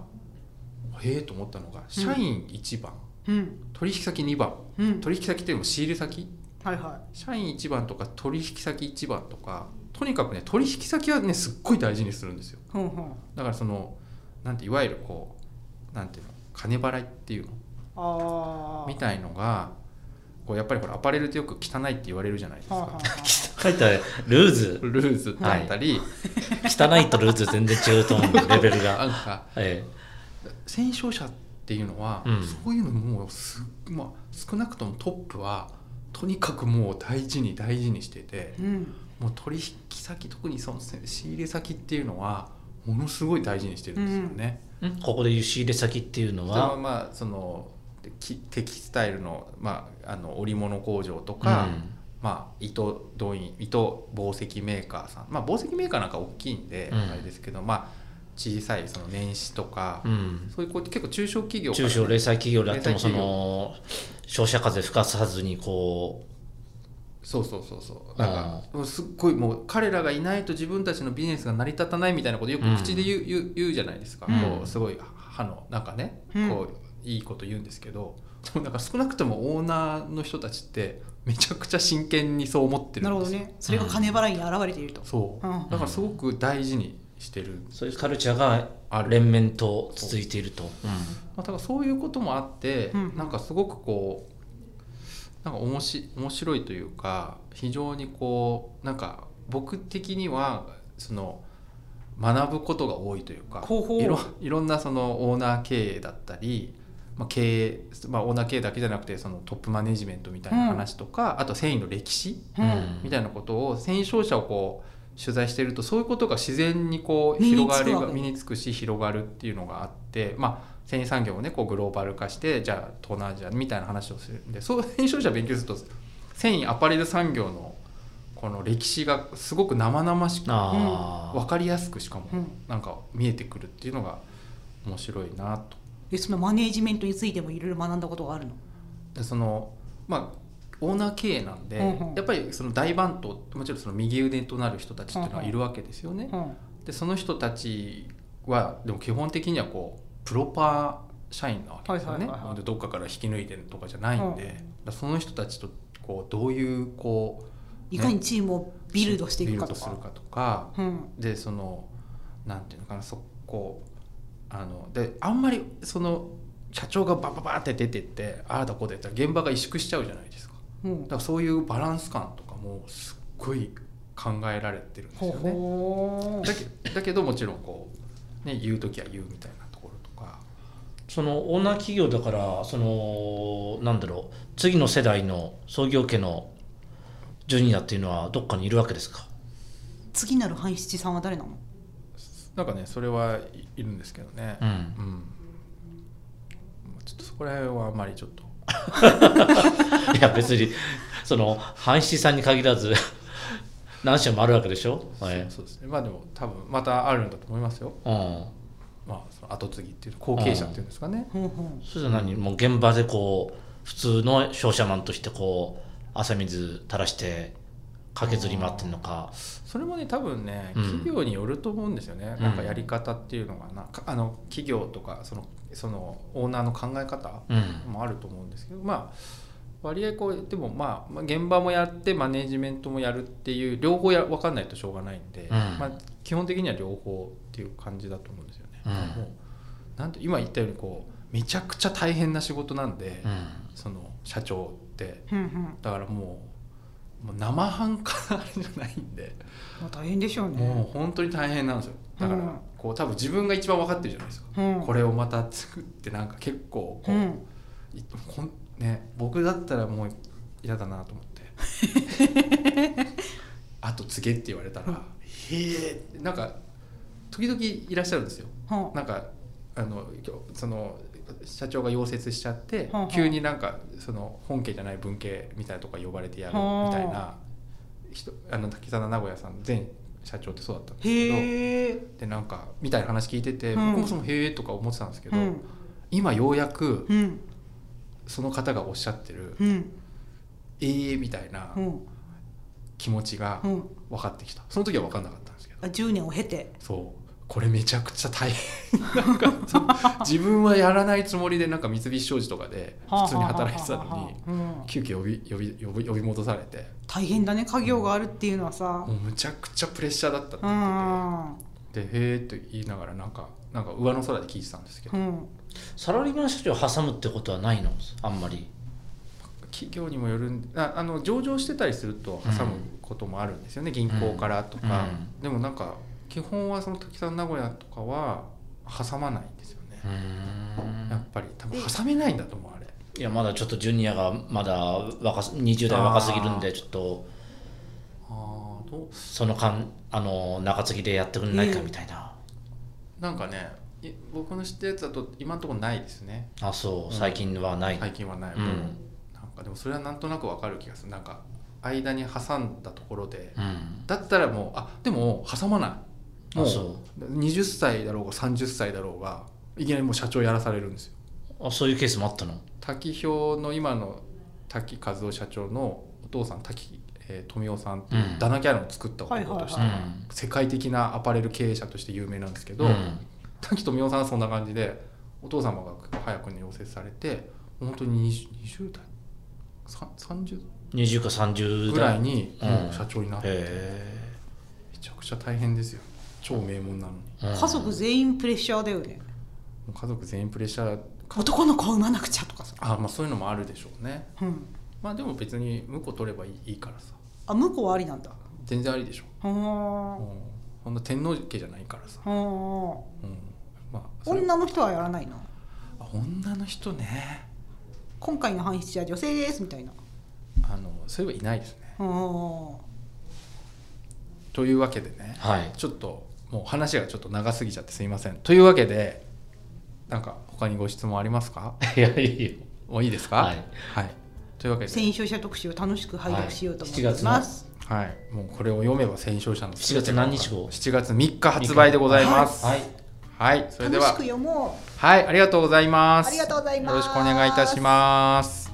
[SPEAKER 1] へえと思ったのが社員1番、
[SPEAKER 3] うん
[SPEAKER 1] 取引先2番
[SPEAKER 3] うん
[SPEAKER 1] 取引先っていうのも仕入れ先
[SPEAKER 3] はいは
[SPEAKER 1] 社員1番とか取引先1番とかとにかくね取引先はねすっごい大事にするんですよ。
[SPEAKER 3] いうんうん
[SPEAKER 1] だからそのなんていわゆるこうなんていうの金払いっていうの
[SPEAKER 3] ああ
[SPEAKER 1] みたいのがこうやっぱりこれアパレルってよく汚いって言われるじゃないです
[SPEAKER 3] はんはん
[SPEAKER 1] か。
[SPEAKER 3] はん
[SPEAKER 2] 書いてあるルーズ
[SPEAKER 1] ルーズだったり、
[SPEAKER 2] 汚いとルーズ全然違うと思うんでレベル
[SPEAKER 1] なん
[SPEAKER 2] が、
[SPEAKER 1] か
[SPEAKER 2] え
[SPEAKER 1] 戦勝者っていうのは、
[SPEAKER 2] うん
[SPEAKER 1] そういうのもうす、まあ、少なくともトップはとにかくもう大事に大事にしてて
[SPEAKER 3] うん
[SPEAKER 1] もう取引先特にその仕入れ先っていうのはものすごい大事にしてるんですよね。
[SPEAKER 2] えんここで言う仕入れ先っていうの
[SPEAKER 1] それは
[SPEAKER 2] は、
[SPEAKER 1] まあそのきテキスタイルの,、まあ、あの織物工場とか、まあ、糸動員糸紡績メーカーさん、まあ、紡績メーカーなんか大きいんで、
[SPEAKER 2] うん
[SPEAKER 1] あれですけど、まあ、小さいその年始とか、
[SPEAKER 2] うんうん、
[SPEAKER 1] そういうこう結構中小企業から
[SPEAKER 2] 中小零細企業であっても
[SPEAKER 1] 零
[SPEAKER 2] そ
[SPEAKER 1] 細企業
[SPEAKER 2] の消費者風吹かさずにこ
[SPEAKER 1] そうそうそうそうなんかもうすっごいもう彼らがいないと自分たちのビジネスが成り立たないみたいなことよく
[SPEAKER 2] うん
[SPEAKER 1] 口で言う,、言う言うじゃないですか、
[SPEAKER 2] うん
[SPEAKER 1] こうすごい歯のなんかね、
[SPEAKER 3] うん
[SPEAKER 1] こういいこと言うんですけどそうなんか少なくともオーナーの人たちってめちゃくちゃ真剣にそう思ってる
[SPEAKER 3] なる
[SPEAKER 1] んで
[SPEAKER 3] ほど
[SPEAKER 1] すよ
[SPEAKER 3] ねそれが金払いに現れていると、
[SPEAKER 1] そううんだからすごく大事にしてる、
[SPEAKER 2] うそういうカルチャーが
[SPEAKER 1] ある
[SPEAKER 2] 連綿と続いていると、
[SPEAKER 1] まあ、だからそういうこともあって、
[SPEAKER 3] うん
[SPEAKER 1] なんかすごくこうなんかおもし面白いというか非常にこうなんか僕的にはその学ぶことが多いというか
[SPEAKER 3] ほうほう
[SPEAKER 1] いろいろんなそのオーナー経営だったり、まあ、経営、まあ、オーナー経営だけじゃなくてそのトップマネジメントみたいな話とか、あと繊維の歴史
[SPEAKER 3] う
[SPEAKER 2] うん
[SPEAKER 3] ん
[SPEAKER 1] みたいなことを戦勝者をこう取材してるとそういうことが自然にこう
[SPEAKER 3] 身
[SPEAKER 1] 広
[SPEAKER 3] に
[SPEAKER 1] が
[SPEAKER 3] つく
[SPEAKER 1] り
[SPEAKER 3] わけ
[SPEAKER 1] が身につくし広がるっていうのがあってまあ繊維産業をねこうグローバル化してじゃあ東南アジアみたいな話をするんでそう戦勝者を勉強すると繊維アパレル産業のこの歴史がすごく生々しく
[SPEAKER 2] ああ、
[SPEAKER 1] 分かりやすくしかも
[SPEAKER 3] うん
[SPEAKER 1] なんか見えてくるっていうのが面白いなと。
[SPEAKER 3] でそのマネージメントについてもいろいろ学んだことがあるの
[SPEAKER 1] でそのまあオーナー経営なんで、
[SPEAKER 3] うんうん
[SPEAKER 1] やっぱりその大番頭もちろんその右腕となる人たちっていうの
[SPEAKER 3] うん
[SPEAKER 1] は
[SPEAKER 3] うん
[SPEAKER 1] いるわけですよね。
[SPEAKER 3] うん
[SPEAKER 1] でその人たちはでも基本的にはこうプロパー社員なわけですよね、
[SPEAKER 3] はいはいはいはい
[SPEAKER 1] でどっかから引き抜いてるとかじゃないんで、
[SPEAKER 3] うん
[SPEAKER 1] だからその人たちとこうどういうこう
[SPEAKER 3] いかにチームをビルドしていくか
[SPEAKER 1] ビルド
[SPEAKER 3] と
[SPEAKER 1] す
[SPEAKER 3] か
[SPEAKER 1] るかとか
[SPEAKER 3] うん
[SPEAKER 1] でそのなんていうのかなそこあのであんまりその社長がバババって出てってああだこうだやったら現場が萎縮しちゃうじゃないですか
[SPEAKER 3] うん
[SPEAKER 1] だからそういうバランス感とかもすっごい考えられてるんです
[SPEAKER 3] ほう
[SPEAKER 1] よね。
[SPEAKER 3] ほう
[SPEAKER 1] だけだけどもちろんこう、ね、言う時は言うみたいなところとか
[SPEAKER 2] そのオーナー企業だからそのなんだろう次の世代の創業家のジュニアっていうのはどっかにいるわけですか
[SPEAKER 3] 次なる半七さんは誰なの
[SPEAKER 1] なんかねそれはいいるんですけどね
[SPEAKER 2] う、ん
[SPEAKER 1] うんちょっとそこら辺はあまりちょっと
[SPEAKER 2] いや別にその阪神さんに限らず何社もあるわけでしょ、はい
[SPEAKER 1] そうですねまあでも多分またあるんだと思いますよ、
[SPEAKER 2] うん、
[SPEAKER 1] まあ、その後継ぎっていう後継者っていうんですかね、
[SPEAKER 3] ほうほう
[SPEAKER 2] それじゃ何もう現場でこう普通の商社マンとしてこう汗水垂らして駆けずり回ってんのか
[SPEAKER 1] それもね多分ね
[SPEAKER 2] うん
[SPEAKER 1] 企業によると思うんですよね、
[SPEAKER 2] うん
[SPEAKER 1] なんかやり方っていうのがなかあの企業とかそのそのオーナーの考え方
[SPEAKER 2] うん
[SPEAKER 1] もあると思うんですけどまあ割合こうでもまあまあ現場もやってマネジメントもやるっていう両方や分かんないとしょうがないんで、
[SPEAKER 2] ん
[SPEAKER 1] まあ、基本的には両方っていう感じだと思うんですよね。
[SPEAKER 2] うん
[SPEAKER 1] もうなんて今言ったようにこうめちゃくちゃ大変な仕事なんで、
[SPEAKER 2] うん
[SPEAKER 1] その社長って
[SPEAKER 3] うんうん
[SPEAKER 1] だからもうもう生半可なあれじゃないんで、
[SPEAKER 3] まあ大変でしょうね
[SPEAKER 1] もう本当に大変なんですよだか
[SPEAKER 3] うん
[SPEAKER 1] らこう多分自分が一番分かってるじゃないですか、
[SPEAKER 3] うん
[SPEAKER 1] これをまた作ってなんか結構こう、
[SPEAKER 3] うん
[SPEAKER 1] いこんね僕だったらもう嫌だなと思って あと告げって言われたら、へえってなんか時々いらっしゃるんですよ
[SPEAKER 3] はあ
[SPEAKER 1] なんかあの今日その社長が溶接しちゃって、
[SPEAKER 3] はあはあ
[SPEAKER 1] 急になんかその本家じゃない文系みたいなとこ呼ばれてやるみたいな人あの滝沢名古屋さん前社長ってそうだったんですけ
[SPEAKER 3] へえ
[SPEAKER 1] どでなんかみたいな話聞いてて、
[SPEAKER 3] うん
[SPEAKER 1] 僕もその「へえ」とか思ってたんですけ
[SPEAKER 3] う
[SPEAKER 1] ど、
[SPEAKER 3] ん
[SPEAKER 1] 今ようやく
[SPEAKER 3] うん
[SPEAKER 1] その方がおっしゃってる
[SPEAKER 3] うん
[SPEAKER 1] 「ええ」みたいな
[SPEAKER 3] うん
[SPEAKER 1] 気持ちが
[SPEAKER 3] うん
[SPEAKER 1] 分かってきたその時は分かんなかったんですけど
[SPEAKER 3] あ10年を経て
[SPEAKER 1] そうこれめちゃくちゃ大変なんかそう自分はやらないつもりでなんか三菱商事とかで普通に働いてた
[SPEAKER 3] はあはあ
[SPEAKER 1] の
[SPEAKER 3] は
[SPEAKER 1] に
[SPEAKER 3] あはあはあうん
[SPEAKER 1] 急遽呼び呼び呼び呼び戻されて
[SPEAKER 3] 大変だね家業があるっていうのはさ
[SPEAKER 1] もうむちゃくちゃプレッシャーだったって
[SPEAKER 3] う
[SPEAKER 1] 言っ
[SPEAKER 3] ん
[SPEAKER 1] ててで「へえ」って言いながらなんかなんか上の空で聞いてたんですけど
[SPEAKER 3] うん
[SPEAKER 2] サラリーマン社長を挟むってことはないのあんまり
[SPEAKER 1] 聞企業にもよるんああの上場してたりすると挟むこともあるんですよね、銀行からとか、
[SPEAKER 2] う
[SPEAKER 1] でもなんか基本はその滝さん名古屋とかは挟まないんですよね、
[SPEAKER 2] う
[SPEAKER 1] や
[SPEAKER 2] ん
[SPEAKER 1] っぱり多分挟めないんだと思うあれ
[SPEAKER 2] いやまだちょっとジュニアがまだ若す20代若すぎるんでちょっと
[SPEAKER 1] ああどう
[SPEAKER 2] その間あの中継ぎでやってくれないかみたいな、
[SPEAKER 1] なんかねい僕の知ってるやつだと今のところないですね
[SPEAKER 2] あそう最近はない、
[SPEAKER 1] 最近はない、
[SPEAKER 2] うん
[SPEAKER 1] でもなんかでもそれはなんとなくわかる気がするなんか間に挟んだところで
[SPEAKER 2] うん
[SPEAKER 1] だったらもうあでも挟まないも
[SPEAKER 2] あ
[SPEAKER 1] う
[SPEAKER 2] そ
[SPEAKER 1] 20歳だろうが30歳だろうがいきなりもう社長やらされるんですよ
[SPEAKER 2] うあそういうケースもあったの
[SPEAKER 1] 滝表の今の滝和夫社長のお父さん滝、えー富夫さんっていう
[SPEAKER 2] うん
[SPEAKER 1] ダナキャランを作った男として、
[SPEAKER 3] はいう
[SPEAKER 1] 世界的なアパレル経営者として有名なんですけ
[SPEAKER 2] う
[SPEAKER 1] ど、
[SPEAKER 2] ん
[SPEAKER 1] 滝富夫さんはそんな感じでお父様が早くに養成されて本当に 20, 20代さ30
[SPEAKER 2] 20か30代
[SPEAKER 1] ぐらいに
[SPEAKER 2] うん
[SPEAKER 1] もう社長になって、
[SPEAKER 2] へ
[SPEAKER 1] めちゃくちゃ大変ですよ超名門なのに
[SPEAKER 2] え、うん
[SPEAKER 3] 家族全員プレッシャーだよね
[SPEAKER 1] もう家族全員プレッシャー
[SPEAKER 3] 男の子を産まなくちゃとかさ、
[SPEAKER 1] あまあそういうのもあるでしょうね
[SPEAKER 3] うん、
[SPEAKER 1] まあでも別に婿取ればいいいいからさ
[SPEAKER 3] あ向こうはありなんだ
[SPEAKER 1] 全然ありでしょう、
[SPEAKER 3] はあ
[SPEAKER 1] うん、そんな天皇家じゃないからさ、う
[SPEAKER 3] は
[SPEAKER 1] ん、まあ
[SPEAKER 3] あ
[SPEAKER 1] それ
[SPEAKER 3] 女の人はやらないな
[SPEAKER 1] あ女の人ね
[SPEAKER 3] 今回の半七は女性ですみたいな
[SPEAKER 1] あのそういえばいないですね
[SPEAKER 3] はあ
[SPEAKER 1] というわけでね
[SPEAKER 2] はい
[SPEAKER 1] ちょっともう話がちょっと長すぎちゃってすいませんというわけでなんか他にご質問ありますか
[SPEAKER 2] いやいいよ
[SPEAKER 1] もういいですか
[SPEAKER 2] はい、
[SPEAKER 1] はいというわけで、
[SPEAKER 3] 戦勝者特集を楽しく拝読しようと思い
[SPEAKER 2] はい7月の
[SPEAKER 3] ます、
[SPEAKER 1] はい、もうこれを読めば戦勝者の
[SPEAKER 2] 7月何日号
[SPEAKER 1] 7月3日発売でございます
[SPEAKER 2] はい、
[SPEAKER 1] はい、それで
[SPEAKER 3] 楽しく
[SPEAKER 1] は
[SPEAKER 3] 読もう
[SPEAKER 1] はいありがとうございます
[SPEAKER 3] ありがとうございます
[SPEAKER 1] よろしくお願いいたします